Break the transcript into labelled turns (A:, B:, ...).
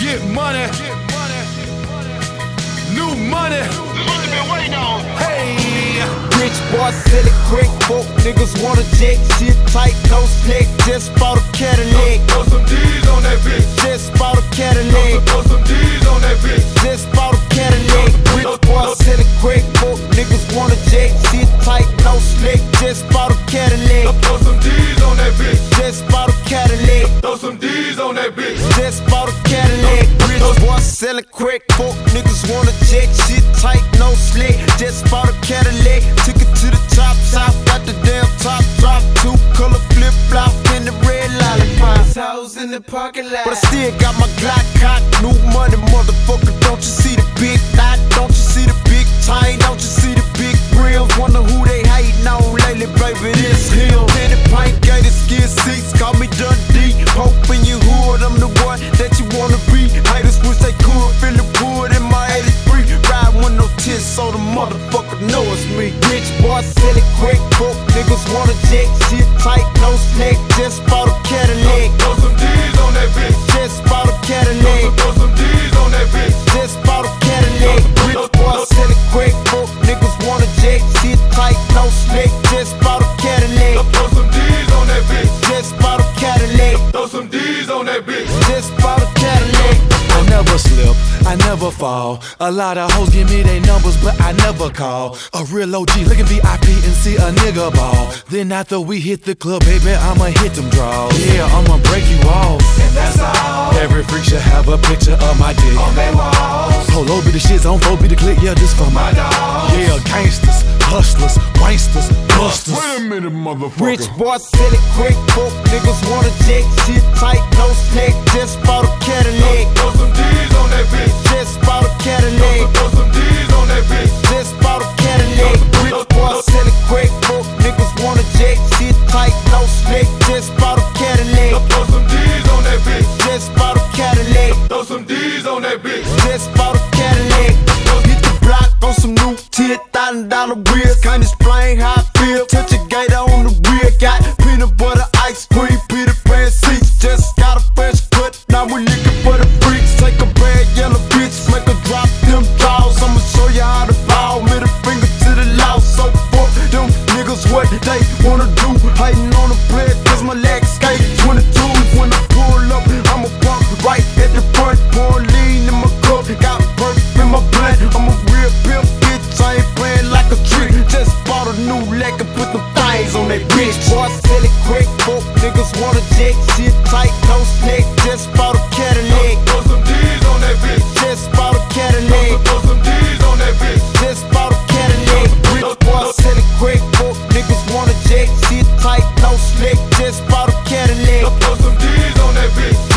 A: Get money. New money. Hey.
B: Rich boy sell it quick, folk niggas wanna jack shit tight, no snake. Just bought a Cadillac,
A: Throw some D's on that bitch.
B: just bought a Cadillac,
A: Throw some D's on that bitch.
B: just bought a Cadillac. Rich boy sell it quick, folk niggas wanna jack shit tight, no snake. Just bought a Cadillac,
A: Throw some D's on that bitch.
B: just bought a Cadillac.
A: Throw some D's on that bitch.
B: Just bought a Cadillac. Rich boy selling crack. Folk niggas wanna check. Shit tight, no slick. Just bought a Cadillac. Took it to the top, top. Got the damn top drop. Two color flip flop in the red lollipop.
C: Toes in the parking lot.
B: But I still got my Glock cock. New money, motherfucker. Don't you see the big knot? Don't you see the big chain? Don't you see the big rims? Wonder who they hating on lately, baby. This him. Penny paint, gated skin seats. Call me Dundee. Hope in your hood, I'm the one that you wanna be. Haters wish they could feel the wood in my 83. Ride with no tits, so the motherfucker know it's me. Rich boy, sell it quick, broke niggas wanna jack shit tight, no snack. Just bought a Cadillac.
A: Throw some D's on that bitch.
B: Just bought a Cadillac.
A: Throw some D's on that bitch.
B: Just bought a Cadillac. Rich boy sell it quick. Broke niggas wanna jack. Shit tight, no slick. Just bought a Cadillac.
A: Throw some D's on that bitch.
B: Just bought a Cadillac.
A: Throw some D's on that bitch.
B: Just bought a Cadillac.
D: I never slip, I never fall. A lot of hoes give me their numbers, but I never call. A real OG looking VIP and see a nigga ball. Then after we hit the club, baby, I'ma hit them draws. Yeah, I'ma break you off.
A: And that's all.
D: Every freak should have a picture of my dick.
A: On they walls.
D: Polo be the shits, on four be the click, yeah, this for my
A: My dogs.
D: Yeah, gangsters, hustlers, wanksters, busters.
A: Wait a minute, motherfucker.
B: Rich boy sell it quick. Broke niggas wanna jack. Shit tight, no slick. Just bought a Cadillac.
A: Throw some D's on that bitch.
B: Just bought a Cadillac.
A: Throw some D's on that bitch.
B: Just bought a Cadillac. Rich boy sell it quick. Broke niggas wanna jack. Shit tight, no slick. Just bought a Cadillac.
A: Throw some D's on that bitch.
B: Just bought a Cadillac.
A: Throw some D's on that bitch.
B: Just bought a Cadillac. Hit the block on some new ten thousand dollar wheels. Can't explain how I feel. Touch a gator on the rear. Got peanut butter ice cream, Peter Pan seats. Just got a fresh cut. Now we looking for the freaks. Take a bad yellow bitch, make her drop them jaws. I'ma show you how to bow. Middle finger to the law. So fuck them niggas, what they wanna do? Hating on the player, cause my legs skate 22 when I pull up. I'ma walk right at the front, pour lean in my cup. Got burp in my blood. I'm a real pimp, bitch. I ain't playing like a trick. Just bought a new leg and put them things on that bitch. Boy, sell it quick, folk niggas wanna jack shit tight, no snake. Just bought a Cadillac,
A: Throw some D's on that bitch.
B: just bought a Cadillac,
A: Throw some D's on that bitch.
B: just bought a Cadillac. Rich boy, sell it quick, folk niggas wanna jack shit tight, no snake. Just bought a Cadillac.
A: Throw some D's on that bitch.